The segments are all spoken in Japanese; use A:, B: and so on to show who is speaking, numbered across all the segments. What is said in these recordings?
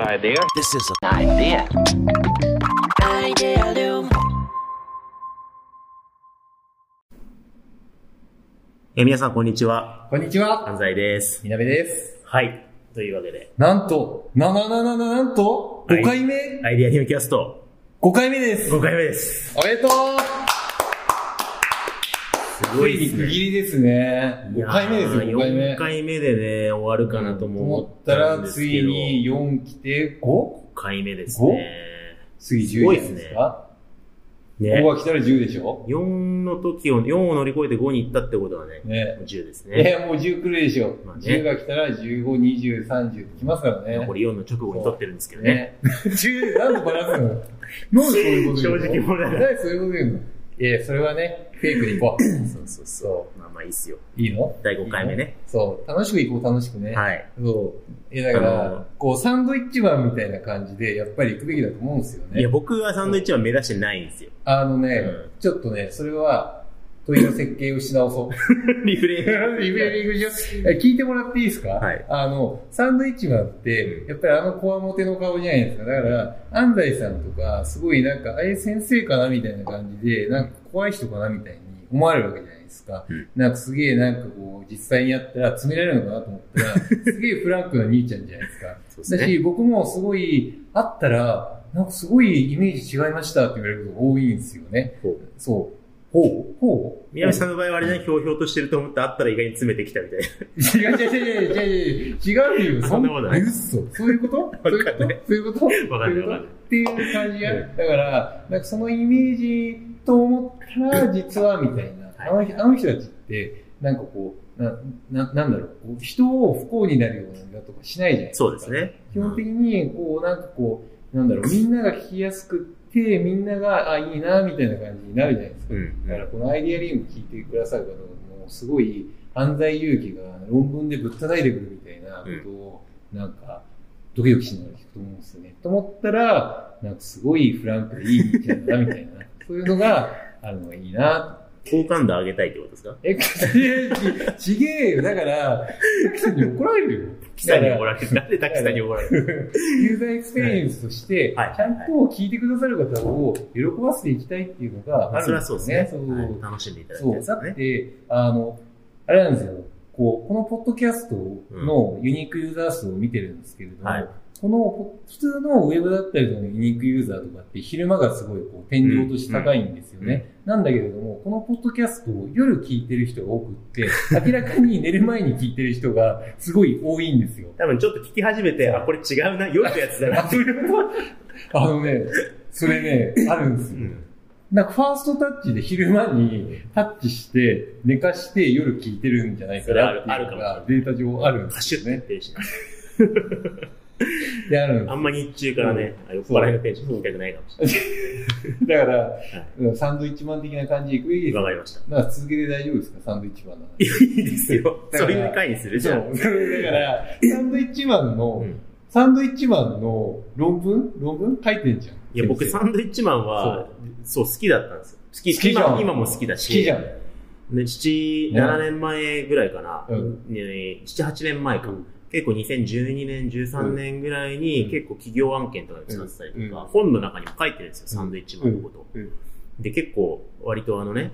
A: idea.
B: This is a
A: Idea.
C: Idea Room.
D: えー皆さん、こんにちは。
E: こんにちは。
D: 安西です。
E: みなべです。
D: はい。というわけで、
E: なんと、ななななななんと、
D: はい
E: 5回目
D: アイディアニューキャスト、
E: ?5 回目です。
D: 5回目です。
E: おめでとう
D: す
E: ついに区切りですね。
D: いや
E: 5
D: ー
E: 回目ですよ、5回目。
D: 4回目でね、終わるかなとも
E: 思
D: 思っ
E: った
D: たら、
E: ら、ついに。4来て 5?
D: 5回目ですね。
E: 次
D: すご
E: 10
D: い
E: じ
D: です
E: ゃない
D: ね
E: ですか
D: ね
E: ?5 が来たら10でしょ
D: 4の時を、4を乗り越えて5に行ったってことはね、
E: ね。
D: 10ですね。
E: えもう10来るでしょ
D: まあ。ね
E: 10が来たら15、20、30って来ますからね
D: 残。り4の直後に撮ってるんですけどね。
E: ね。10、なんでバラすのなんでそういうこと言うの
D: 正直者だ
E: なんでそういうこと言うのいや、それはね、フェイクでいこう。
D: そうそうそう。まあまあいいっすよ。
E: いいの
D: 第5回目ね。
E: そう、楽しく行こう、楽しくね。
D: はい。
E: そう。いや、だか
D: あの
E: ら、こう、サンドイッチマンみたいな感じで、やっぱり行くべきだと思うんですよ
D: いや、
E: ね。
D: 僕はサンドイッチは目指してないんですよ。
E: あのね、
D: うん
E: ちょっとね、それは、問いの設計をし直そう。
D: リフレイン。
E: リベリングしようえ聞いてもらっていいですか、
D: はい
E: あの、サンドイッチマンって、やっぱりあのこわもての顔じゃないですか。だから、安西さんとか、すごいなんか、あれ先生かなみたいな感じで、なんか怖い人かなみたいに思われるわけじゃないですか。
D: うん
E: なんかすげえなんかこう、実際にやったら詰められるのかなと思った ら、すげえフランクな兄ちゃんじゃないですか。
D: そうです
E: だ
D: ね。
E: し、僕もすごい、会ったら、なんかすごいイメージ違いましたって言われることが多いんですよね。
D: こう
E: そう。ほうほう
D: 宮内さんの場合はあれね、ひょうひょうとしてると思って会ったら意外に詰めてきたみたいな。
E: 違う違う違う違う違う違うよ。
D: そんなことない
E: 嘘そういうことそういうことそういうこと
D: わかんない
E: そ
D: わかん
E: ういうこ
D: ない
E: とっていう感じが、だから、なんかそのイメージと思ったら、実はみたいな。あの人あの人たちって、なんかこう、な、ななんだろう、こう人を不幸になるようなのとかしないじゃないですか。
D: そうです。ね。
E: 基本的に、こう、なんかこう、なんだろう、みんなが聞きやすくて、みんなが、あ、いいな、みたいな感じになるじゃないですか。
D: うん。う
E: だから
D: ん。
E: このアイディアリーム聞いてくださる方も、もうすごい犯罪勇気が論文でぶったたいてくるみたいなことを、なんか、ドキドキしながら聞くと思うんですよね。と思ったら、なんかすごいフランクでいい兄ちゃんだな、みたいな。 そういうのがあるのがいいな。
D: 好感度上げたいってことですか
E: え、ちちげえよ。だから、タキさんに怒られるよ。
D: キサに怒られる。なんでタキさんに怒られる
E: ユーザーエクスペリエンスとして、ち
D: はいはい
E: ゃんと聞いてくださる方を喜ばせていきたいっていうのがあ
D: それは
E: るんです
D: そう
E: よ
D: です
E: ね
D: ね。。
E: そう
D: はい楽しんでいただきたい
E: そう。
D: です
E: だ
D: よ
E: っ
D: ね。
E: て、あの、あれなんですよ。こう、このポッドキャストのユニークユーザー数を見てるんですけれども、
D: はい
E: このポ普通のウェブだったりのユニークユーザーとかって昼間がすごいこう天井として高いんですよね。なんだけれども、このポッドキャストを夜聞いてる人が多くって、明らかに寝る前に聞いてる人がすごい多いんですよ。
D: 多分ちょっと聞き始めて、あ、これ違うな、夜のやつだ な。
E: あのね、それね、あるんです
D: う
E: よ。
D: ん
E: なんかファーストタッチで昼間にタッチして寝かして夜聞いてるんじゃないかなって
D: それある
E: いうの
D: あるか
E: が
D: も
E: データ上あるんで
D: カ
E: す
D: シュ
E: よ
D: ッて言っ
E: ね。
D: てるしね。
E: で、あるんで
D: あんま日中からね、あ酔っ払いのテンション聞きたくないかもしれ
E: すだから、うんサンドイッチマン的な感じでいくべきで
D: ない。わ
E: すよ。
D: かりました。
E: なんか続けて大丈夫ですかサンドイッチマンの
D: い
E: 話。
D: いですよ。
E: だか
D: そう
E: ら
D: いう回にするじ
E: そ
D: ゃ
E: う。
D: ん。
E: だから、サンドイッチマンの、
D: うん
E: サンドイッチマンの論文論文書いてんじゃん。
D: いや、僕、
E: 先生
D: サンドイッチマンは、そう、好きだったんですよ。好き、今今も好きだし。
E: 好きじゃん。
D: ね、7、
E: ね
D: 7年前ぐらいかな、
E: うん
D: ね7、8年前か、
E: うん
D: 結構2012年、13年ぐらいに
E: うん
D: 結構企業案件とかで使ってたりとか、
E: うん
D: 本の中にも書いてるんですよ、サンドイッチマンのこと。
E: うんうん
D: で、結構割とあのね、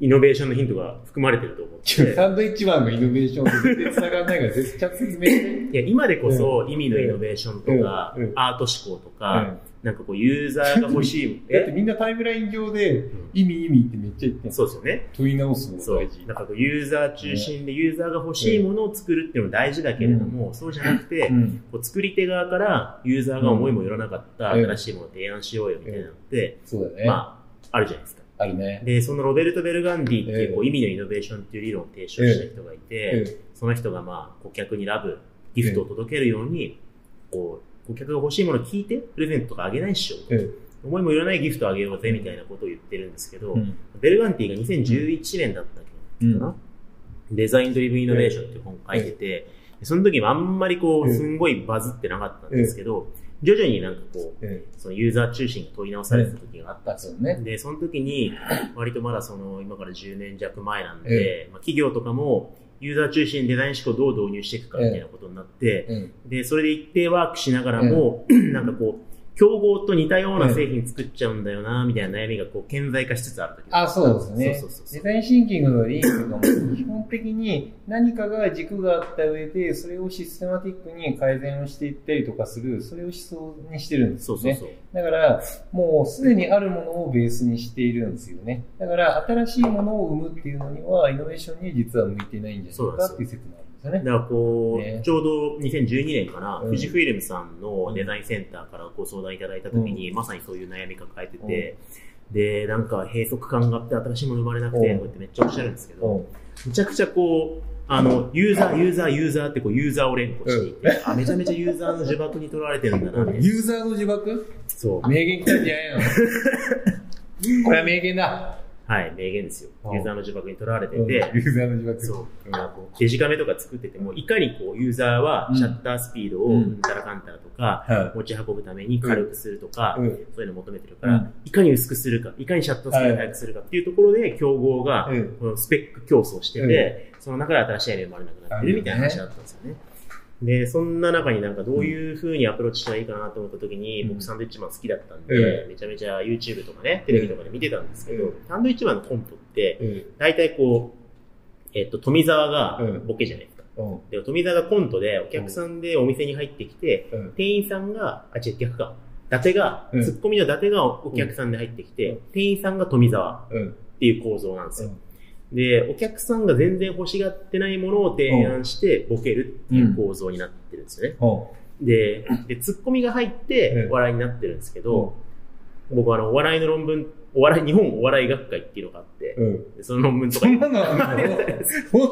D: イノベーションのヒントが含まれてると思って。
E: サンドイッチマンのイノベーションと全然繋がんないから、絶対説明して。
D: いや今でこそ意味のイノベーションとか、
E: うんうん
D: アート思考と
E: う
D: か、
E: ん。
D: なんかこうユーザーが欲しい
E: だって
D: え
E: みんなタイムライン上で
D: ん、
E: 意味意味ってめっちゃ言ってんの
D: そうですよね。
E: 問い直すの
D: そ
E: が
D: う
E: 大事。。
D: なんかこうユーザー中心でユーザーが欲しいものを作るっていうのも大事だけれども、そうじゃなくて、
E: うん
D: こう作り手側からユーザーが思いもよらなかった
E: うん
D: 新しいものを提案しようよみたいなのって、
E: そうだね。
D: まあ、あるじゃないですか。
E: あるね。
D: で、そのロベルト・ベルガンディっていう
E: うん
D: こう意味のイノベーションっていう理論を提唱した人がいて、
E: う
D: その人がまあ、顧客にラブ、ギフトを届けるように、こう、顧客が欲しいものを聞いて、プレゼントとかあげないっしょ。
E: うん
D: 思いもよらないギフトをあげようぜみたいなことを言ってるんですけど、
E: ん
D: ベルガンティが2011年だったっけ
E: うん
D: な、デザインドリブンイノベーションっていう本を書いてて、その時もあんまりこう、
E: うん
D: すんごいバズってなかったんですけど、徐々になんかこう、
E: うん。
D: そのユーザー中心が問い直されてた時があったん
E: あ、
D: ですよ。
E: そうね。
D: で、その時に、割とまだその、今から10年弱前なんで、まあ、企業とかもユーザー中心にデザイン思考をどう導入していくかみたいなことになって、
E: うん。
D: で、それで一定ワークしながらも、なんかこう、競合と似たような製品作っちゃうんだよな、みたいな悩みがこう、顕在化しつつある時
E: あ、そうですね。
D: そうそうそう
E: デザインシンキングのリンクとかも、基本的に何かが軸があった上で、それをシステマティックに改善をしていったりとかする、それを思想にしてるんです
D: そ
E: よ
D: う
E: ね。
D: そうそう。
E: だから、もうすでにあるものをベースにしているんですよね。だから、新しいものを生むっていうのには、イノベーションに実は向いてないんじゃないかっていう説もあるんですよね
D: だ。からこう、
E: ね
D: ちょうど2012年かな、
E: うん
D: 富士フイルムさんのデザインセンターからご相談いただいたときに、まさにそういう悩み抱えてて、で、なんか閉塞感があって新しいもの生まれなくて、
E: うん
D: こうやってめっちゃおっしゃるんですけ
E: う
D: ど、
E: ん
D: めちゃくちゃこう、あの、ユーザー、ユーザー、ユーザーってこう、ユーザーを連呼していて、あ、めちゃめちゃユーザーの呪縛に取られてるんだな、みたいな。
E: ユーザーの呪縛
D: そう。
E: 名言来たんじゃない のこれは名言だ。
D: はい、名言ですよ
E: う。ん
D: ユーザーの呪縛に取られて
E: うんユ
D: て、
E: ーザーの呪縛。
D: そう
E: うん
D: なんかこうデジカメとか作ってても、いかにこう、ユーザーはシャッタースピードを、
E: う
D: うんんたらかんたらとか、
E: は
D: 持ち運ぶために軽くするとか
E: い。、うん。
D: そういうのを求めてるから、
E: うん
D: いかに薄くするか、いかにシャッタースピードを速くするかっていうところで、競合が、
E: うん
D: このスペック競争してて、その中で新しいアイデアが生まれなくなってるみたいな
E: ある
D: 話
E: よね
D: だったんですよね。で、そんな中になんかどういう風にアプローチしたらいいかなと思った時に、
E: うん
D: 僕サンドイッチマン好きだったんで、
E: う
D: めちゃめちゃ YouTube とかね、テレビとかで見てたんですけど、
E: うん
D: サンドイッチマンのコントって、
E: うん。
D: 大体こう、えっと、富澤が
E: うん
D: ボケじゃないですか。
E: うん。
D: で、富澤がコントでお客さんでお店に入ってきて、
E: うん。
D: 店員さんが、あ、違う、逆か。伊達が、
E: うん
D: ツッコミの伊達がお客さんで入ってきて、
E: うん
D: 店員さんが富澤
E: うん。
D: っていう構造なんですよ。で、お客さんが全然欲しがってないものを提案してボケるっていう構造になってるんですよね。で、で、ツッコミが入っ
E: う
D: て
E: ん
D: 笑いになってるんですけど、僕はあの、お笑いの論文、お笑い、日本お笑い学会っていうのがあって、
E: うん。
D: でその論文と
E: そ
D: か
E: んなの あるの本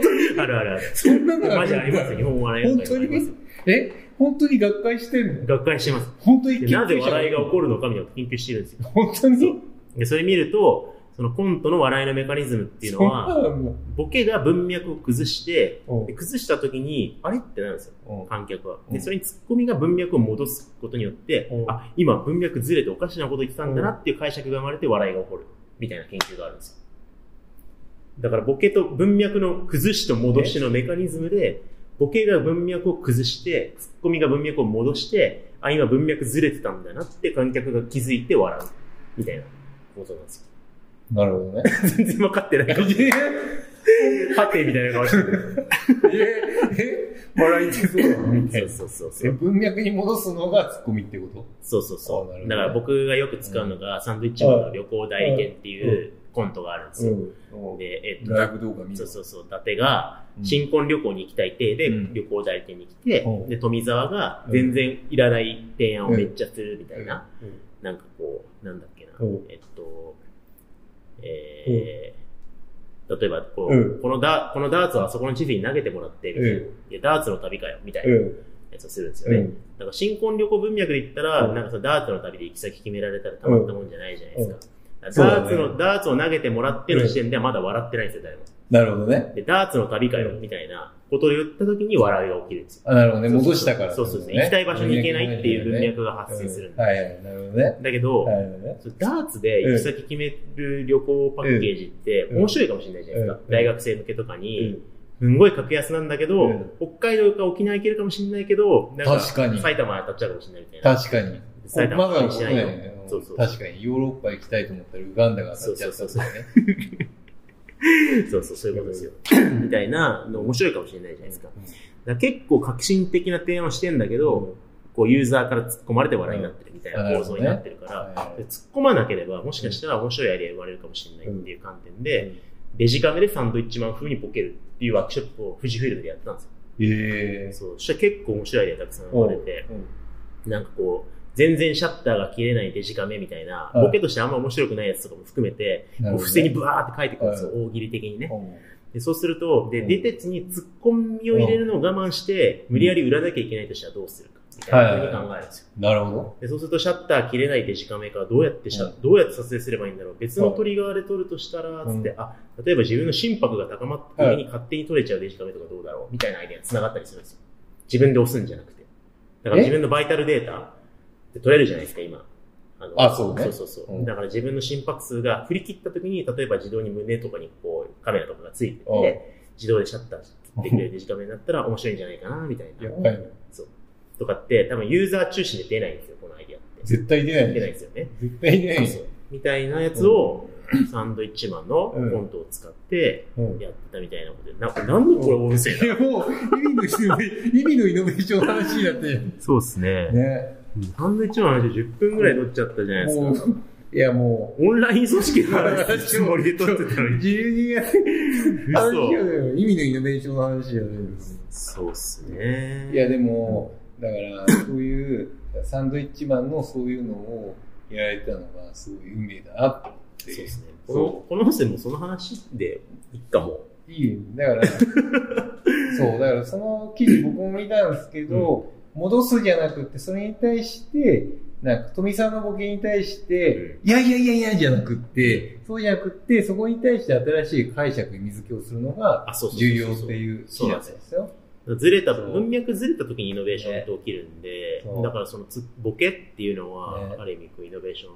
E: 当に
D: あるあるある。
E: そんなの
D: マジありますよ、日本お笑い学会。
E: 本当に
D: ありますよ
E: え本当に学会してんの
D: 学会してます。
E: 本当に
D: で
E: 研究者
D: なぜ笑いが起こるのかみたいなのを研究してるんですよ。
E: 本当に
D: で、それ見ると、そのコントの笑いのメカニズムっていうのは、
E: そんなの
D: ボケが文脈を崩して、
E: うん
D: で崩した時に、あれってなるんですよ、
E: うん
D: 観客は。
E: う
D: で、
E: ん
D: それにツッコミが文脈を戻すことによって
E: う、ん
D: あ、今文脈ずれておかしなこと言ってたんだなっていう解釈が生まれて笑いが起こる。みたいな研究があるんですよ。だからボケと文脈の崩しと戻しのメカニズムで、ボケが文脈を崩して、ツッコミが文脈を戻して、あ、今文脈ずれてたんだなって観客が気づいて笑う。みたいな構造なんですよ。
E: なるほどね。
D: 全然分かってないかもしれない。はてみたいな顔してる。
E: え、え、笑いってそうなのみたいな。
D: そうそうそ
E: え
D: う。
E: 文脈に戻すのがツッコミってこと
D: そうそうそ
E: あなるほど
D: う。だから僕がよく使うのが、サンドイッチマンの旅行代理店っていうコントがあるんですよ。
E: ん。
D: で、えっと、
E: ライブ動画見
D: そう
E: る。
D: そうそう、伊達が
E: うん
D: 新婚旅行に行きたい体で
E: うん
D: 旅行代理店に来て
E: う、ん
D: で、富澤が全然いらない提案をめっちゃするみたいな、
E: うん
D: なんかこう、なんだっけな
E: うん、
D: えっと、えー、例えばこ
E: うん
D: う、このダ、このダーツはそこの地図に投げてもらって、みたいな
E: う。
D: いや、ダーツの旅かよ、みたいな
E: う
D: や
E: ん。
D: つをするんですよ
E: う
D: ね。
E: ん。
D: なんか新婚旅行文脈で言ったら、
E: うん
D: なんかそのダーツの旅で行き先決められたらたまったもんじゃないじゃないですか。だ
E: そう
D: から
E: だ
D: ダー
E: ね
D: ツの、ダーツを投げてもらっての時点ではまだ笑ってないんですよ、誰も。
E: なるほどね。
D: で、ダーツの旅かよ、みたいなことを言った時に笑いが起きるんですよ。
E: あ、なるほどね。戻したから。
D: そうそうそう。行きたい場所に行けないっていう文脈が発生するん
E: ん
D: で
E: だ。はいはい、なるほどね。
D: す。だけど、
E: はいはいね。
D: そうダーツで行き先決める旅行パッケージって
E: うん
D: 面白いかもしれないじゃないですか。
E: うん
D: 大学生向けとか
E: うん
D: に、すんごい格安なんだけど、
E: うん
D: 北海道か沖縄行けるかもしれないけど、なんか
E: 確かに
D: 埼玉当たっちゃうかもしれないみたいな。
E: 確かに。
D: 埼玉
E: ま
D: 当た
E: だ
D: りし
E: 国
D: な
E: 内
D: いよ。
E: ね。うん
D: そうそう
E: 確かに、ヨーロッパ行きたいと思ったら、ウガンダが当たっちゃったんだよね。
D: そうそう、そういうことですよ。 みたいなの面白いかもしれないじゃないですか。だから結構革新的な提案をしてんだけど、こうユーザーから突っ込まれて笑いになってるみたいな構造になってるから、で突っ込まなければ、もしかしたら面白いアイデアが生まれるかもしれないっていう観点で、デジカメでサンドイッチマン風にボケるっていうワークショップを富士フイルムでやったんですよ。
E: ええ。
D: そうそしたら結構面白いアイデアがたくさん生まれて、
E: うん
D: なんかこう、全然シャッターが切れないデジカメみたいな、
E: はい
D: ボケとしてあんま面白くないやつとかも含めて、
E: な
D: こ
E: る
D: う
E: ほどね
D: 付箋にブワーって書いてくるんですよ、
E: は
D: 大喜利的にね。
E: うん
D: でそうすると、で、
E: うん
D: 出てつに突っ込みを入れるのを我慢して、無理やり売らなきゃいけないとしたらどうするか、みたいなふうに考えるんですよ。
E: なるほど。
D: でそうするとシャッター切れないデジカメからどうやってシャ、
E: うん
D: どうやって撮影すればいいんだろう別のトリガーで撮るとしたら、
E: うん
D: つって、あ、例えば自分の心拍が高まった時に勝手に撮れちゃうデジカメとかどうだろうみたいなアイデアに繋がったりするんですよ。自分で押すんじゃなくて。だから
E: え
D: 自分のバイタルデータで撮れるじゃないですか、今。あの
E: あそうね
D: そうそうそう、
E: うん
D: だから自分の心拍数が振り切った時に、例えば自動に胸とかにこうカメラとかがついてて、
E: うん
D: 自動でシャッターできるデジカメになったら面白いんじゃないかな、みたい
E: や
D: な。
E: っぱり、
D: とかって、多分ユーザー中心で出ないんですよ、このアイディアって。
E: 絶対出ない
D: 出
E: で
D: ない
E: し
D: ですよね。
E: ょ。絶対出ないでし
D: そうみたいなやつを、サンドイッチマンのコ
E: うん
D: ントを使って
E: ょ。うん
D: やってたみたいなことで、な、なんでこれ音声
E: いや、もう、意味の人の、意味のイノベーションの話になってる
D: そうですね
E: じゃん。ね。
D: サンドイッチマンの話10分ぐらい撮っちゃったじゃないです
E: も
D: か。
E: う、いや、も
D: オンライン組織の話つもりで撮ってたの
E: う、
D: に。
E: 自由にやってる話じゃないよ。意味のイノベーションの話じゃないです。
D: そうっすね。
E: いや、でも、だから、そういう、サンドイッチマンのそういうのをやられたのが、すごい運命だなと思っ
D: そう
E: て
D: で。すね。こ
E: そ
D: の、この音声もその話でいいかも。
E: いいよだから、 そう、だからその記事僕も見たんですけど、戻すじゃなくて、それに対して、なんか、富さんのボケに対して、いやいやいやいやじゃなくって、そうじゃなくって、そこに対して新しい解釈に水気をするのが
D: あ、そうそうそう
E: 重
D: そう
E: 要っていう記
D: そう
E: 事
D: な
E: なんん
D: で
E: です
D: よ
E: すよ。
D: ずれた、
E: そう
D: 文脈ずれた時にイノベーションって起きるんで、
E: そう
D: だからそのつボケっていうのは、
E: ね
D: ある意味こうイノベーショ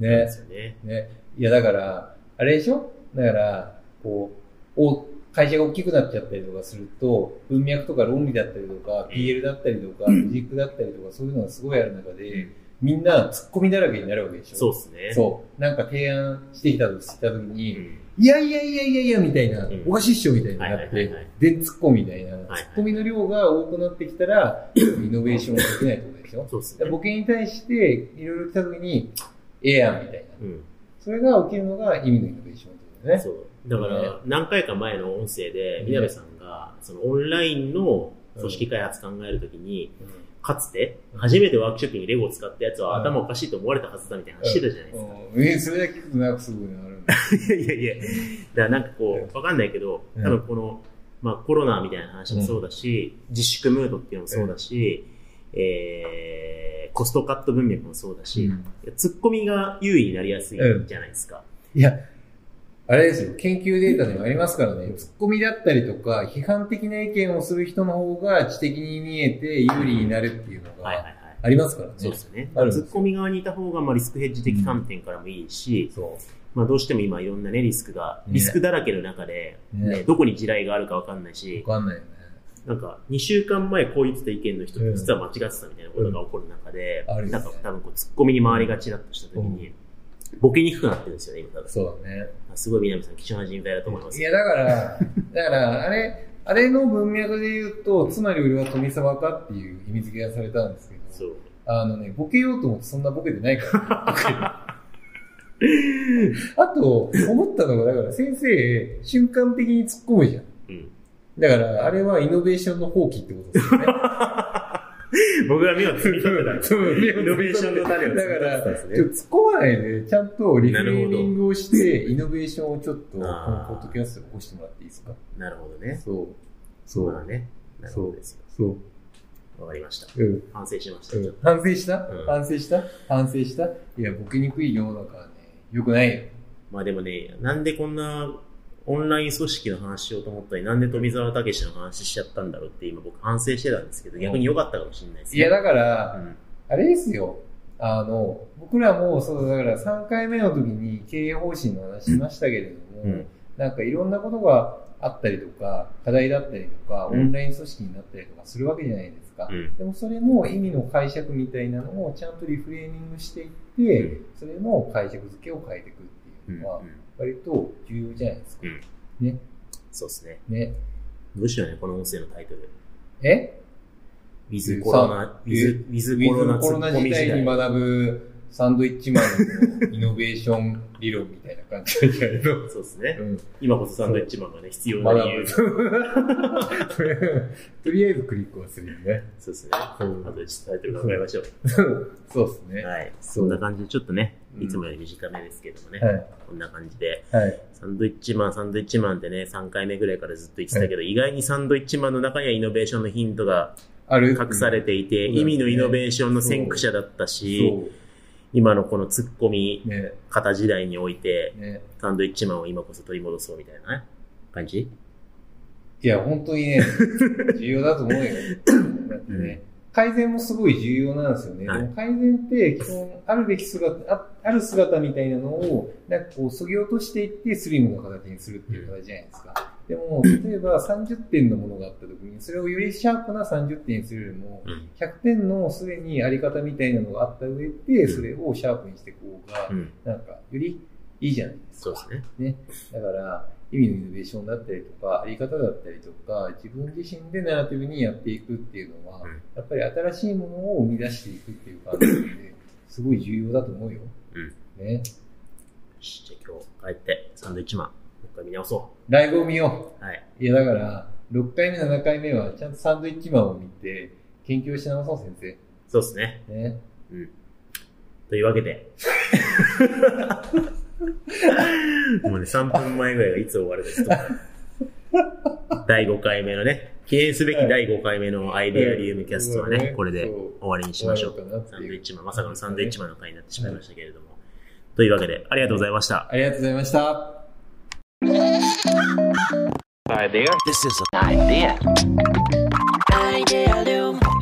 D: ンなんで
E: ね。
D: すよね。
E: ね。いや、だから、あれでしょだから、こう、お会社が大きくなっちゃったりとかすると、文脈とか論理だったりとか、PL だったりとか、ロジックだったりとか、そういうのがすごいある中で、みんな突っ込みだらけになるわけでしょ。
D: そうですね。
E: そう。なんか提案してきたとした時
D: う
E: に、
D: ん
E: いやいやいやいやいやみたいな、
D: うん
E: おかしいっしょみたいにな
D: はい
E: っ
D: はいはいはい
E: て、で、突っ込みみたいな、突っ
D: はい
E: 込みの量が多くなってきたら、イノベーションができないってことでしょ。
D: そうです
E: だから
D: ね。
E: ボケに対して、いろいろ来た時に、ええやんみたいな。
D: うん
E: それが起きるのが意味のイノベーションってことね。
D: そうだか
E: ね
D: ら、何回か前の音声で、
E: ね
D: みなべさんが、そのオンラインの組織開発考えるときに、かつて、初めてワークショップにレゴを使ったやつは
E: うん
D: 頭おかしいと思われたはずだみたいな話してたじゃないですか。
E: うんえそれだけ聞くとなんかすごいのあるんだ。
D: いやいやいや、だからなんかこう、わかんないけど、
E: うん
D: 多分この、まあコロナみたいな話もそうだし、自粛ムードっていうのもそうだし、えー、コストカット文脈もそうだし、ツッコミが優位になりやすいじゃないですか。
E: いや、あれですよ、研究データでもありますからね、ツッコミだったりとか、批判的な意見をする人の方が知的に見えて有利になるっていうの
D: はいはいは
E: が
D: い。
E: ありますからね。
D: そうですよね。
E: あるんです
D: ツッコミ側にいた方が、まあリスクヘッジ的観点からもいいし、
E: そ
D: まあどうしても今いろんなね、リスクが、
E: ね
D: リスクだらけの中で、
E: う。ね
D: ね、どこに地雷があるかわかんないし、
E: わかんないよね。
D: なんか、2週間前こう言ってた意見の人
E: う
D: と
E: ん
D: 実は間違ってたみたいなことが起こる中で、
E: うんある
D: なんか多分こう、突っ込みに回りがちだとした時に、ボケにくくなってるんですよね、今多分。
E: そうだね。
D: すごい南さん、貴重な人材だと思います。
E: いや、だ から、だから、あれ、あれの文脈で言うと、つまり俺は富沢かっていう意味付けがされたんですけ
D: そ
E: ど、
D: う。
E: あのね、ボケようと思ってそんなボケてな いから、あと、思ったのが、だから先生、瞬間的に突っ込むじゃん。
D: うん。
E: だから、あれはイノベーションの放棄ってこと ですよね。
D: 僕が目をつみ立てたんです。
E: そう、
D: イノベーションの種を
E: だから、
D: 作った
E: ちょって
D: ん
E: と
D: ですね
E: 突っ込まないで、ちゃんとリフレーミングをして、イノベーションをちょっと、この
D: あー
E: ポッドキャストで起こしてもらっていいですか
D: なるほどね。
E: そう。
D: そうだ。ね。なるほどですよ。
E: そう。
D: わかりました。
E: うん。
D: 反省しました。
E: う
D: ちょっ
E: ん反省した
D: うん
E: 反省した反省したいや、ボケにくい世の中はね、良くないよ。
D: とまあでもね、なんでこんな、オンライン組織の話しようと思ったのに、なんで富澤たけしの話しちゃったんだろうって今僕反省してたんですけど、逆に良かったかもしれないですね。
E: いや、だか
D: う
E: ら、
D: ん。
E: あれですよ。あの、僕らも、そう、だから3回目の時に経営方針の話しましたけれども、
D: うん
E: なんかいろんなことがあったりとか、課題だったりとか、オ
D: うん
E: ンライン組織になったりとかするわけじゃないですか。
D: うん。
E: でもそれの意味の解釈みたいなのをちゃんとリフレーミングしていって、
D: うん
E: それの解釈付けを変えていくって
D: う
E: いうんのは、割と重要じゃないですか。
D: そうですね。
E: ね。
D: どうしようね、この音声のタイトル。
E: え
D: With コロナ、
E: え
D: With, with
E: ウ
D: コロナ
E: ィズコロナ時代に学ぶサンドイッチマンのイノベーション理論みたいな感じだけど。
D: そうですね
E: う。ん。
D: 今こそサンドイッチマンがね、必要な理由。
E: 学
D: そう
E: ぶ。 とりあえずクリックはするよね。
D: ですね。あ
E: そう
D: とでタイトル考えましょう。
E: そうですね。は
D: はい。そんな感じで、ちょっとね、
E: うん
D: いつもより短めですけどもね、
E: い。
D: こんな感じで、
E: はい。
D: サンドイッチマン、サンドイッチマンってね、3回目ぐらいからずっと言ってたけど、意外にサンドイッチマンの中にはイノベーションのヒントが
E: ある
D: 隠されていて、
E: うん
D: 意味のイノベーションの先駆者だったし、
E: そ
D: 今のこのツッコミ
E: う。ね。
D: 型時代において、
E: ね。
D: サンドイッチマンを今こそ取り戻そうみたいなね感じ
E: いや、本当に ね、重要だと思うよ。なんかね、改善もすごい重要なんですよね。
D: はい
E: でも改善って、基本、あるべき姿あ、ある姿みたいなのを、なんかこう、削ぎ落としていって、スリムな形にするっていう形じゃないですか。でも、例えば30点のものがあった時に、それをよりシャープな30点にするよりも、
D: うん
E: 100点のすでにあり方みたいなのがあった上で、それをシャープにしていこうが
D: う、ん。
E: なんか、よりいいじゃないです
D: そう
E: か
D: で。すね。
E: だから、意味のイノベーションだったりとか、あり方だったりとか、自分自身でナラティブにやっていくっていうのは、
D: うん
E: やっぱり新しいものを生み出していくっていう感じなので、すごい重要だと思うよ。ね。
D: よしじゃあ今日帰って、サンドイッチマン、もう一回見直そ
E: ライブを見よ
D: う。はい。
E: う。いや、だから、6回目、7回目は、ちゃんとサンドイッチマンを見て、研究をし直そう、先生。
D: そうですね。
E: ね。
D: というわけで。 もうね、3分前ぐらいがいつ終わるかちょっとわからない第5回目のね、記念すべき第5回目のアイデアリウムキャストは
E: はい
D: ね
E: そ、う
D: これで終わりにしましょう
E: 終。わろうか
D: サ
E: なって
D: ンドイ
E: い
D: ッ
E: う。
D: チマン、まさかのサンドイッチマンの回になってしまいましたけれども。というわけで、ありがとうございました。
E: ありがとうございました。
C: Idea Loom.